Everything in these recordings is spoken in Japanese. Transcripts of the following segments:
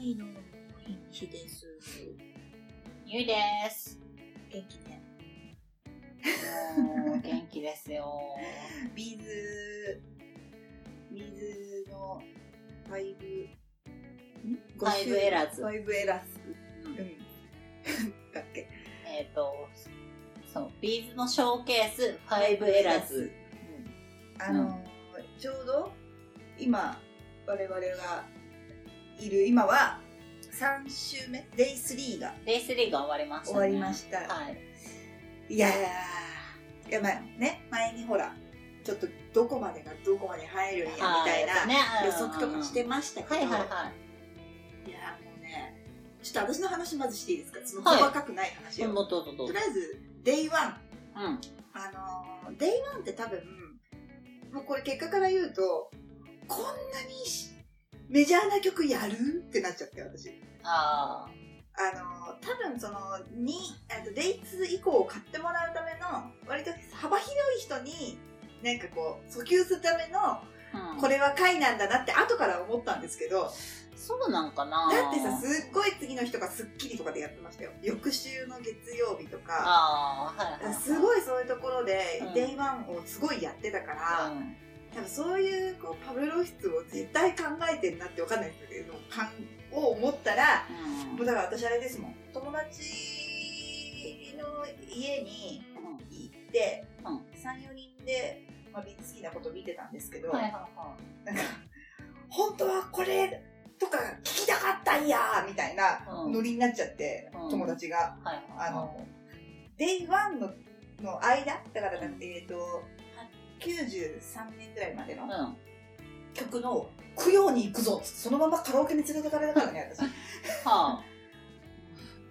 いの日です。ゆいです。元気ね。元気ですよ。ビーズ、ビーズのファイブ、ファイブエラーズファイブエラーズ。うん。だっけ。えっ、と、そう、ビーズのショーケース、ファイブエラーズ。うん。あのーちょうど今、我々がいる今は3週目、デイ3がレースリーが終わりました、終わりました。たはい。いやー、いやまあね、前にほら、ちょっとどこまでがどこまで入るんやみたいはいなね予測とかしてましたけど、はいいはいはい。やーもうね、ちょっと私の話まずしていいですかそのはい細かくない話を。もうどうぞどうとりぞあ。えず、デイワン。うん。あのー、デイワンって多分、もうこれ結果から言うと、こんなにしメジャーな曲やるってなっちゃって、私。ああの多分そのにあとデイツ以降を買ってもらうための割と幅広い人になんかこう訴求するためのあ、うんこれは回なんだなって後から思ったんですけどそうなんかなだってさすっごい次の人が『スッキリ』とかでやってましたよ翌週の月曜日とかああ、はいはいはい。すごいそういうところでうんデイワンをすごいやってたから、うん多分そういうこうパブロフ室を絶対考えてんなって分かんないですけど感を思ったらうんもうだから私あれですもん友達の家にう行って、うん34人で、まあ、好きなこと見てたんですけど、んはいはいはなんか本当はこれとか聞きたかったんやみたいなうんノリになっちゃって、うん友達が、い。はいはいはいあの、デイワンのの間だからだって、えっと93年ぐらいまでのうん。曲の「供養に行くぞ」っつってそのままカラオケに連れてかれたからね私はあ、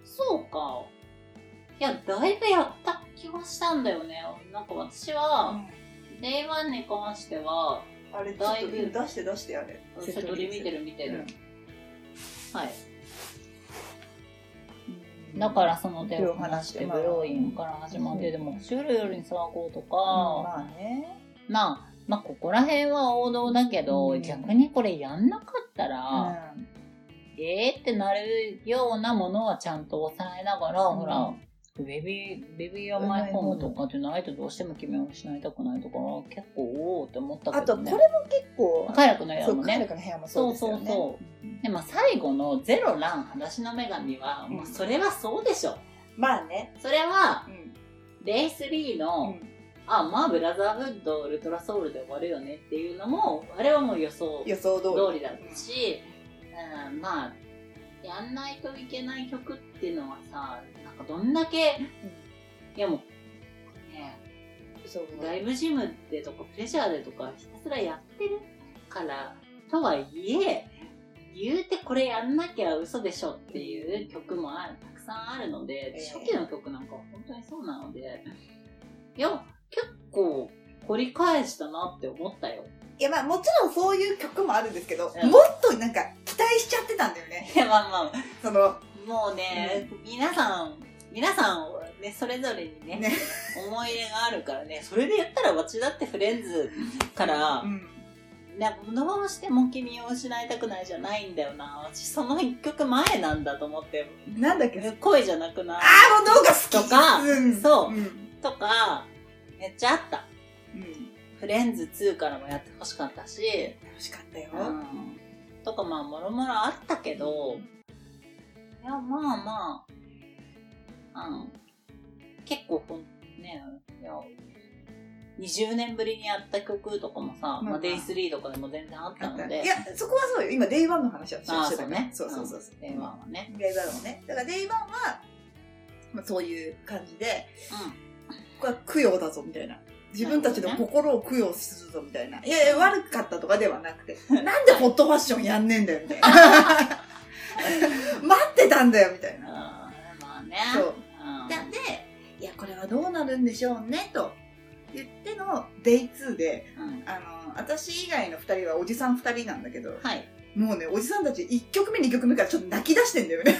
そうか。いや、だいぶやった気がしたんだよね。なんか私は、令和に関しては、あれちょっだとい出ぶして出してあれセットリ見てる見てる。はい。だからその手を離して、まブあローインから始まって、でも、シュールよりに騒ごうとか、まあねまあ、まあ、ここら辺は王道だけど、うん逆にこれやんなかったら、えーってなるようなものはちゃんと抑えながら、うんほら、ベビー、ベビーアマイホームとかってないとどうしても君を失いたくないとか、結構おおって思ったあけど、とこね。れも結構快楽のやそつうも彼ね。の部屋もそうですそよねうそうでも最後のゼロラン話の女神は、うんもうそれはそうでしょ。まあねそれは、うんレイスリーの、あ、まあブラザーフッド、ウルトラソウルで終わるよねっていうのも、あれはもう予想予想通通りだったし、うん、まあ、やんないといけない曲っていうのはさ、なんかどんだけ、いやもう、ね、りそうライブジムでとかプレジャーでとかひたすらやってるからとはいえ言うてこれやんなきゃ嘘でしょっていう曲もあるたくさんあるのでええ初期の曲なんかは本当にそうなのでいや結構掘り返したなって思ったよ。いやまあもちろんそういう曲もあるんですけどうんもっとなんか期待しちゃってたんだよねいや まあまあそのもうね、皆さん皆さんねそれぞれにねね思い入れがあるからねそれで言ったら私だってフレンズから。うんなんかどうしても君を失いたくないじゃないんだよな私その一曲前なんだと思ってなんだっけあ声じゃなくなあもう動画好きとかうんそううんとかめっちゃあったうんフレンズ2からもやってほしかったし、楽しかったようん、とかまあもろもろあったけどいやまあまあ、うん、結構ほんねいや20年ぶりにやった曲とかもさ、ままああ、デイスリーとかでも全然あったあったのねでいやそこはそうよ今デイワンの話をしてああたかそうらねそうそうそうそうん電話はねデイワンをねだからデイワンはまあそういう感じでうんこれは供養だぞみたいな自分たちのなる心を供養するぞみたいないやいや悪かったとかではなくてなんでホットファッションやんねえんだよみ たいな待ってたんだよみたいあなーまあね。そううんなんでいやこれはどうなるんでしょうねと言ってのデイ2でうんあの私以外の2人はおじさん2人なんだけどはい。もうねおじさんたち1曲目2曲目からちょっと泣き出してんだよね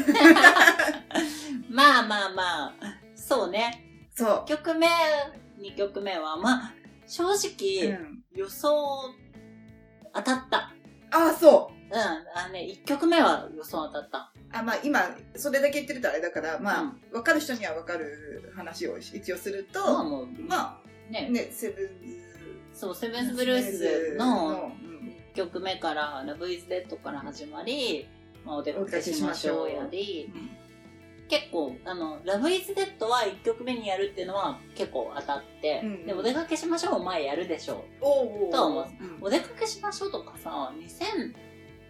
まあまあまあ、そうね。そ1曲目、2曲目は、まあ、正 う、う直、ん、予想、当たった。ああそううん、あのね、1曲目は予想当たった。あまあ今それだけ言ってるとあれだからまあ、うん分かる人には分かる話を一応すると、まあもう、まあね、ねセブンそう、セブンズスブルースのうん1曲目から、ラブイズデッドから始まり、まあ、お出かけしましょうやり、結構、あの、ラブイズデッドは1曲目にやるっていうのは結構当たって、うんで、お出かけしましょう、お前やるでしょおうおうとは思ううんお出かけしましょうとかさ、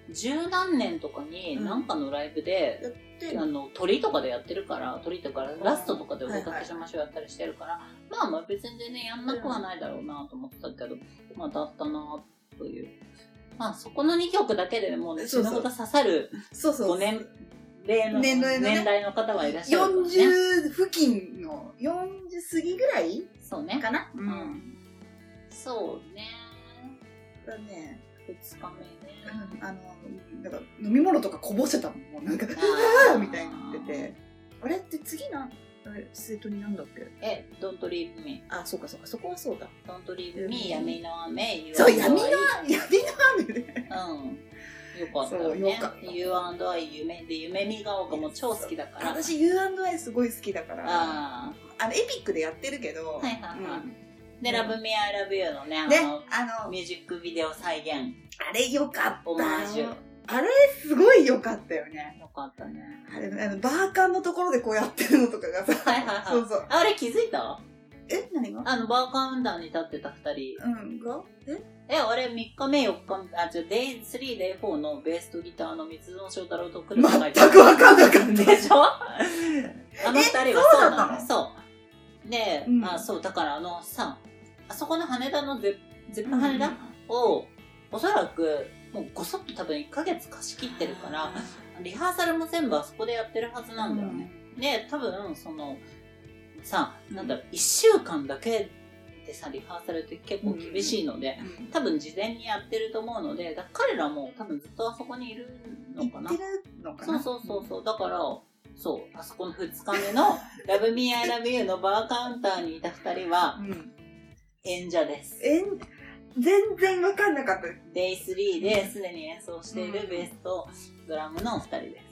2010何年とかにうんなんかのライブで、やってあの鳥とかでやってるから鳥とかラストとかでお出かけしましょうやったりしてるから、まあまあ別にねやんなくはないだろうなと思ってたけど、まあだったなというまあそこの2曲だけでもうね死そうぬそうほど刺さるそうそう5年齢の年齢のね年代の方はいらっしゃるからね40付近の40過ぎぐらいそうねかな、う、そうねだね、 2日目ねうん、あのなんか飲み物とかこぼせたもんもうなんか「うあーわー!」 みたいになっててあれって次の生徒になんだっけえ Don't leave me あそうかそうかそこはそうだ Don't leave me 闇の雨 You そう and I 闇の闇の雨ねうんよかったそようねよかった U&I 夢で夢見が丘も超好きだから私 U&I すごい好きだからああのエピックでやってるけど、はいはいはいうんーで「Love Me I Love You」のねあねのあのミュージックビデオ再現あれよかオっマーたジュよあれすごいよかったよねよかったねあれあのバーカンのところでこうやってるのとかがさ、はいはいはいそうそうあれ気づいたえ何があのバーカウンダーに立ってた2人うんがええ俺3日目4日目あじゃ Day3Day4 のベースとギターの水野翔太郎と来るがい全く分かんなかったでしょあの二人はそうなのえそうで、うんあそうだからあのさあそこの羽田のゼゼップ羽田をおそらくもうごそっと多分1ヶ月貸し切ってるからリハーサルも全部あそこでやってるはずなんだよね、で多分そのさなんだろう1週間だけでさリハーサルって結構厳しいので、うん多分事前にやってると思うのでだ彼らも多分ずっとあそこにいるのかな行ってるのかそうなそうそうそう。だから、そう、あそこの2日目 の Love Me I Love You のバーカウンターにいた2人はうん演者です。えん全然分かんなかったです Day3 ですでに演奏しているうんベースとドラムのお二人です。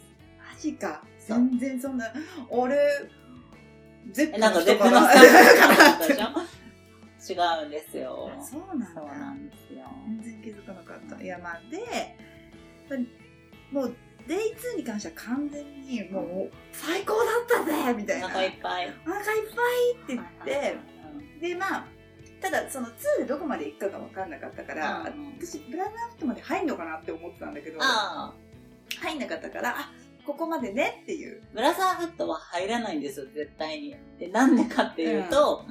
マジかそう全然そんな俺ゼッえ、プなんのかゼ人ップかの なスタッフだったでしょ違うんですよ。 そうなんそうだなんですよ。全然気づかなかったいやまあでもう Day2 に関しては完全にもう最高だったぜみたいおな腹いっぱい。お腹いっぱいって言ってでまあただその2でどこまで行くかが分かんなかったかうん、ら、うん私ブランナーフットまで入んのかなって思ってたんだけどああ、入んなかったからあここまでねっていうブラザーフットは入らないんですよ、絶対に。で、なんでかっていうと、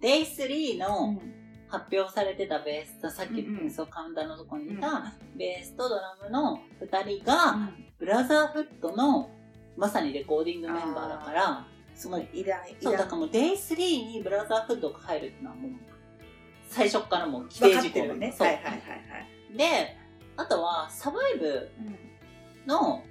Day3 の、発表されてたベースとさっき、うんうんそうカウンターのとこにいたベースとドラムの2人が、ブラザーフットのまさにレコーディングメンバーだからすごい偉大そう偉だ大からもう Day3 にブラザーフットが入るってのはもう最初っからもう規定分か事って項るねそう、はいはいはいはい、であとはサバイブの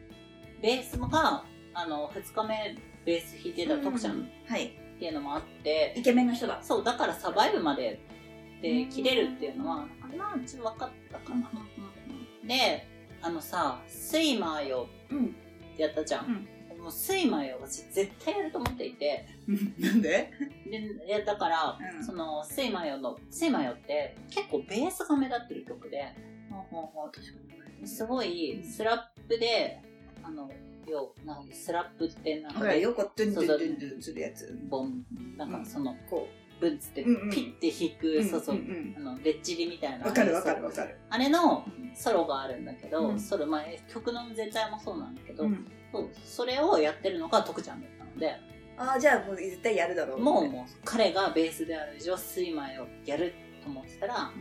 ベースがあの2日目ベース弾いてた徳ちゃんっはいていうのもあって、イケメンの人だそう、だからサバイブまでで切れるっていうのは、まあ、ちょっと分かったかな。で、あのさ、スイマーようんってやったじゃん。もうスイマーよ、私絶対やると思っていて。なんでで、いやだから、うんその、スイマーよの、スイマーよって結構ベースが目立ってる曲で、ほうほうほう確かにすごいスラップで、あの、よ、なんかスラップってなんほ、からよくドゥンドゥンドゥンドゥンするやつボン、なんかその、こブンつってピうんうんッて弾く、うそうそんう、んあの、レッチリみたいうんな。わかるわかるわかるあれのソロがあるんだけど、うんソロ、まあ、曲の全体もそうなんだけど、うんそうそれをやってるのが徳ちゃんだったので、ああじゃあもう絶対やるだろうもうもう彼がベースである以上、スイマーをやると思ってたら、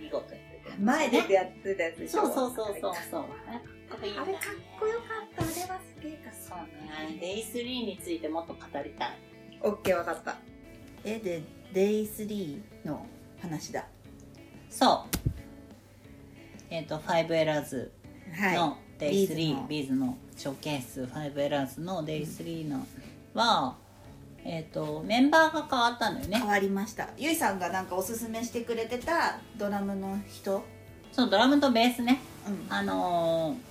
見事やってて前でやってたやつでしそょうそうそうそうあそう。ねかっこいいんだよれねかっこよかったあれはすげえかそうね。デイスリーについてもっと語りたい。オッケーわかったえで Day3 の話だそう。えっ、と、ファイブエラーズはいの B'z Day3 のビーズのショーケース5エラーズの Day3 のは、えっとメンバーが変わったんだよ変ねわりましたゆいさんがなんかおすすめしてくれてたドラムの人そのドラムとベースねうんあのー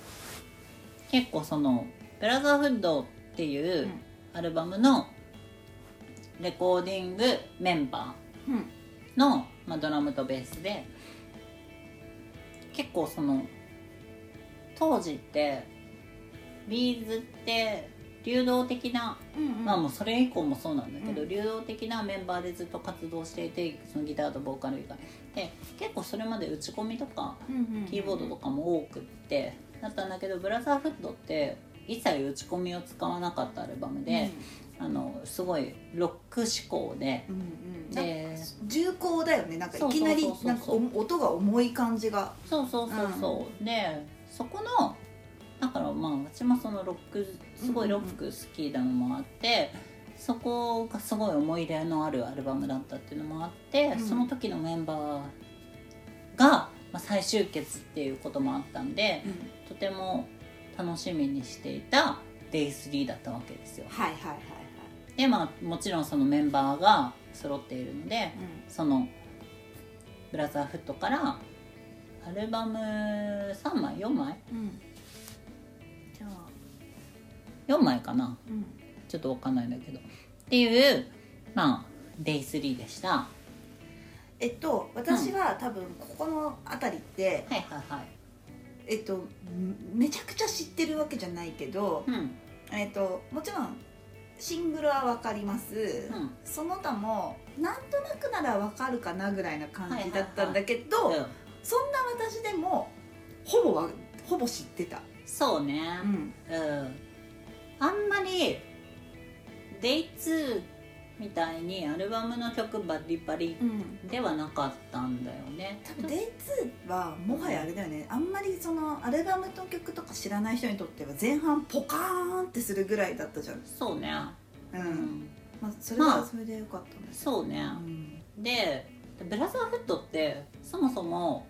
結構その「ブラザーフッド」っていううんアルバムのレコーディングメンバうんーの、まあ、ドラムとベースで結構その当時ってビーズって流動的な、うんまあもうそれ以降もそうなんだけど、うん流動的なメンバーでずっと活動していてそのギターとボーカル以外で結構それまで打ち込みとかキーボードとかも多くってだったんだけどブラザーフッドって一切打ち込みを使わなかったアルバムで、あのすごいロック志向でうんうんなんかで重厚だよねなんかいきなりそうそうそうそうなんかお音が重い感じがそうそうそうそう、でそこのだからまあ私もそのロックすごいロック好きなのもあって、そこがすごい思い入れのあるアルバムだったっていうのもあって、うんその時のメンバーが、まあ、再集結っていうこともあったんで。とても楽しみにしていた Day3 だったわけですよはいはいはいはいでまあもちろんそのメンバーが揃っているのでそのブラザーフットからアルバム3枚4枚うんうんじゃあ4枚かなうんちょっとわかんないんだけどっていうまあ Day3 でしたはえっと私は多分ここの辺りっていはいはいえっとめめちゃくちゃ知ってるわけじゃないけどうんえっともちろんシングルはわかりますうんその他もなんとなくならわかるかなぐらいな感じだったんだけど、うんそんな私でもほぼはほぼ知ってた、そうねん、うんあんまり Day2 みたいにアルバムの曲バリバリうん、ではなかったんだよね多分 Day2 はもはやあれだよねあんまりそのアルバムと曲とか知らない人にとっては前半ポカーンってするぐらいだったじゃん、そうね、ううんん、まあ、それはそれでよかったんですそうねうんでブラザーフットってそもそも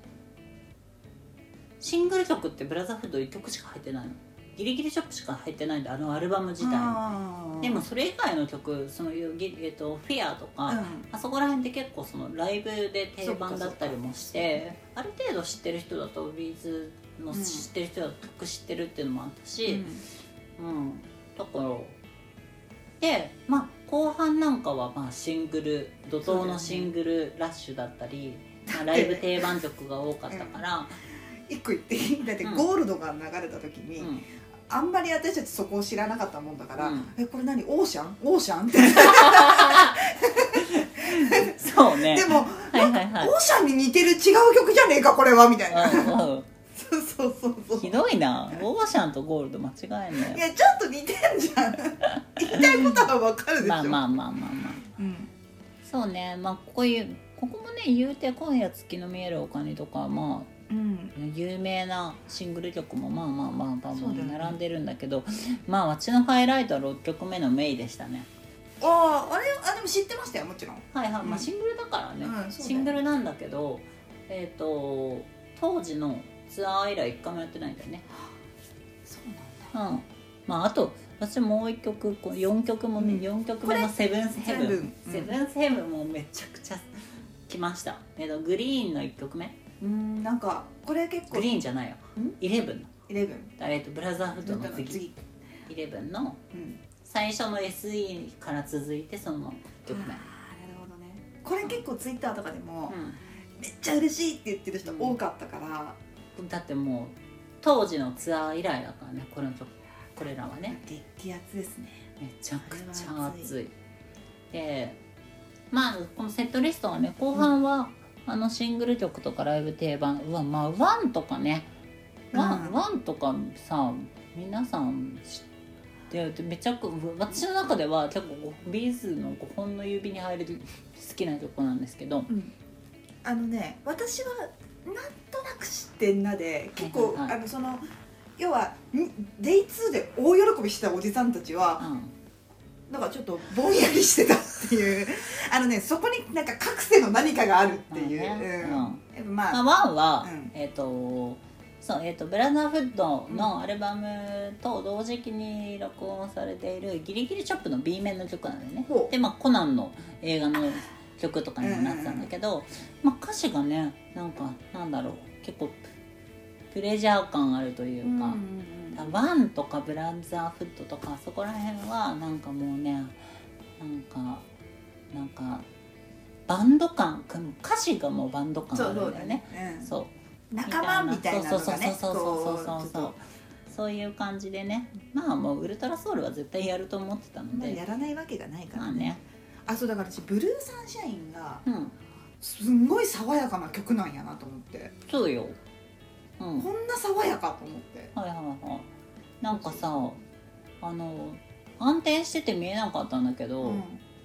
シングル曲ってブラザーフット1曲しか入ってないのギリギリショップしか入ってないんであのアルバム自体あーでもそれ以外の曲その、ぎえっと、フィアとか、うあそこら辺って結構そのライブで定番だったりもしてある程度知ってる人だとビーズのうん知ってる人だと曲知ってるっていうのもあったんし、うんだからでまあ後半なんかはまあシングル怒涛のシングルラッシュだった り、まあ、ライブ定番曲が多かったから、一個言っていいだってうんゴールドが流れた時に、うんあんまり私たちそこを知らなかったもんだから、うんえこれ何オーシャンオーシャ ンってそうねでもはいはいはいオーシャンに似てる違う曲じゃねえかこれはみたいなうんうん そうそうそうそうひどいなオーシャンとゴールド間違えないいやちょっと似てんじ ゃん言いたいことはわかるでしょまあまあまあまあまあうんそうねまあここいうここもね言うて「今夜月の見える丘に」とかまあうん有名なシングル曲もまあまあまあまあそうだよねまあ並んでるんだけどまあ私のハイライトは6曲目の「メイ」でしたねあああれあでも知ってましたよもちろんはいはい、うまんあシングルだからね、うんそうだよシングルなんだけどえっ、と当時のツアー以来1回もやってないんだよねそうなんだうんまああと私もう1曲こう4曲もね、うん4曲目の「セブンスヘブン」セセブンブンスヘブンもめちゃくちゃ来ましたえっとグリーンの1曲目うんなんかこれ結構グリーンじゃないよんイレブンのイレブンえっとブラザーフットの次次イレブンのうん最初の SE から続いてその曲あーな名るほどねこれ結構ツイッターとかでも、うめっちゃ嬉しいって言ってる人多かったから、んだってもう当時のツアー以来だからねこの曲これらはね激アツですねめちゃくちあれはゃ熱い熱いでまあこのセットリストはね後半は、あのシングル曲とかライブ定番うわまあ「ワンとかね「ワンうんワンとかさ皆さん知っててめちゃく私の中では結構ビーズの5本の指に入る好きな曲なんですけどうんあのね私はなんとなく知ってんなで結構、はいはいはいあのその要はに Day2 で大喜びしてたおじさんたちはうなんかちょっとぼんやりしてたっていう あのねそこになんか覚醒の何かがあるってんいう、まあねううんんやっぱまあ、まあ、ワンは、うんえっ、とそうえっ、とブラザーフッドうんのアルバムと同時期に録音されている「ギリギリショップ」の B 面の曲なんだよねほうでまあコナンの映画の曲とかにもなってたんだけど、まあ、歌詞がねなんかなんだろう結構プレジャー感あるというか、ワンとかブランザーフットとかそこら辺はなんかもうねなんかなんかバンド感く歌詞がもうバンド感あそるうんそうだだよよねね、そううん仲間みたいなのがねそうそうそうそうそうそうそうこそういう感じでねまあもうウルトラソウルは絶対やると思ってたうのちょっとでやらないわけがないかまらあねあそうだから私ブルーサンシャインがうんすんごい爽やかな曲なんやなと思ってそうようんこんな爽やかと思ってはいはいはいなんかさあの安定してて見えなかったんだけど、うん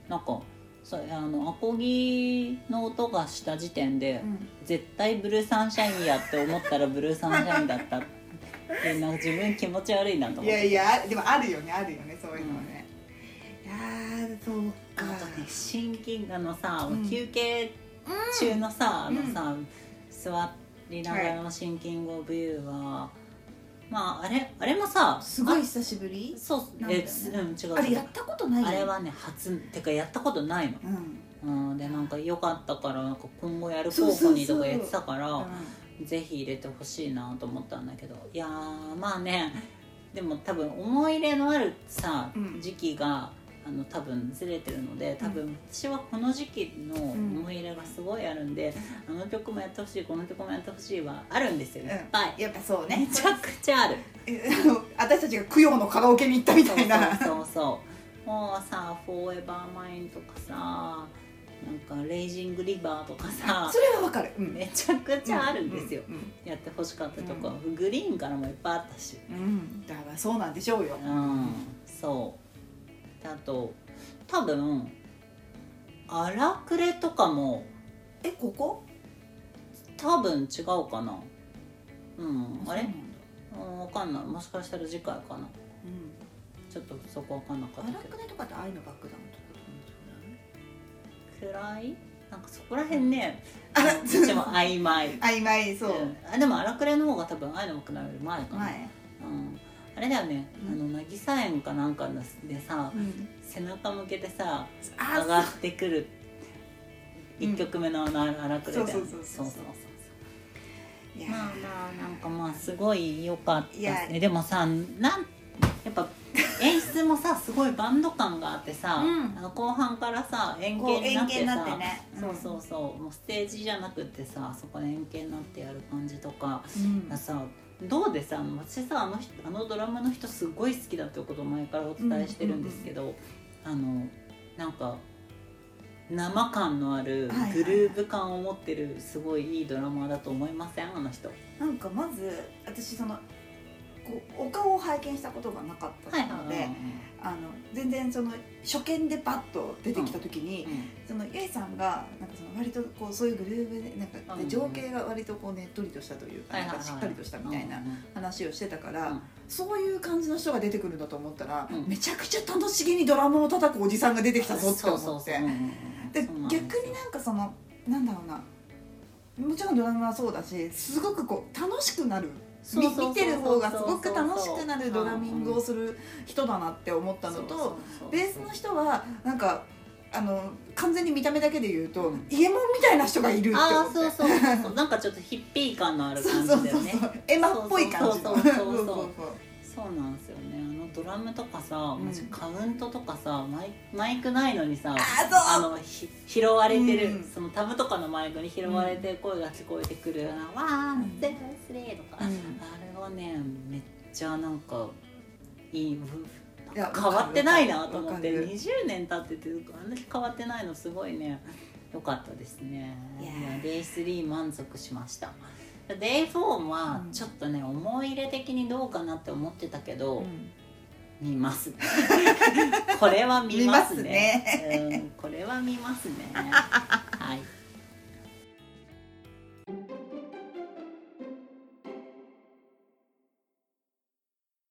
なんかそうあのアコギの音がした時点で、うん絶対ブルーサンシャインやって思ったらブルーサンシャインだったっていうなんか自分気持ち悪いなとい思っやていやでもあるよねあるよねそういうのはね、いやーそうあかとね心筋あのさ、うん休憩中のさ、うんあのさ座りながらのシンキングビューは、まああれあれもさすごいあ久しぶりそうなんだえよねうん違うあれやったことないよあれはね初てかやったことないのうん、うんうん、でなんか良かったからなんか今後やるそ候うそ補うそうにとか言ってたからぜひ入れてほしいなと思ったんだけどいやーまあねでも多分思い入れのあるさ、うん時期があの多分ずれてるので多分私はこの時期の思い入れがすごいあるんで、あの曲もやってほしいこの曲もやってほしいはあるんですよいっぱい、やっぱそうめねちゃくちゃあるえあの私たちが供養のカラオケに行 ったみたいなそうそうそうもうさ「フォーエバーマイン」とかさなんか「レイジングリバー」とかさ それはわかる、うんめちゃくちゃあるんですよ、うんやってほしかったとこ、グリーンからもいっぱいあったしうんうんだからそうなんでしょうよ、うんそうであと多分荒くれとかもえここ多分違うかなうんあれそうなうんだんわかんないもしかしたら次回かなうんちょっとそこわかんなかバっラたけどクネとかって愛のバックダウンとかとか暗いなんかそこら辺ねあ らどっちも曖昧曖昧そう、んあでも荒くれの方が多分愛の僕のより前かな、前、うん、あれだよね、うあんの渚園かなんかのでさうん、背中向けてさ上があってくるうん一曲目のあの荒くれだよねそうそうそうそういやまあまあなんかまあすごい良かったいでやすねでもさなんやっ ぱ演出もさすごいバンド感があってさ、うんあの後半からさ円こ形うにな円っ形てにさなってねそうそうそうもうステージじゃなくってさそこで円形になってやる感じとかうん、うんがさどうでさ私さあの人あのドラマの人すごい好きだっていうことを前からお伝えしてるんですけど、あのなんか生感のあるはいはいグルーヴ感を持ってるすごいいいドラマだと思いませんあの人はなんかまず私そのこうお顔を拝見したことがなかったいはいのはで、いあの全然その初見でパッと出てきた時に、そのゆいさんがなんかその割とこうそういうグルーヴでなんかうんで情景が割とこうねっとりとしたというか,、はいはいはいなんかしっかりとしたみたいな話をしてたから、うんそういう感じの人が出てくるんだと思ったら、うんめちゃくちゃ楽しげにドラムを叩くおじさんが出てきたぞって思って。で逆になんかそのなんだろうなもちろんドラムはそうだしすごくこう楽しくなるみ見てる方がすごく楽しくなるドラミングをしする人だなって思ったのとベースの人はなんかあの完全に見た目だけで言うとうんイエモンみたいな人がいるってあ思あっそうて。そうそうそうなんかちょっとヒッピー感のあるそ感うじそだうよそうそうねエマっぽい感じのそうそうそうそう そうそうそうそうなんですよねあのドラムとかさ、うんマジカウントとかさマイマイクないのにさああのひ拾われてる、うんそのタブとかのマイクに拾われて声が聞こえてくる「あわうーんゼロスレー」とか、あそうれはねめっちゃなんかいいふいや変わってないなと思ってわかる20年経っててあんなに変わってないのすごいね良かったですねいやーいやデイ3満足しましたデイ4はうんちょっとね、思い入れ的にどうかなって思ってたけど、うん見ます これは見ますね見ます うん、これは見ますね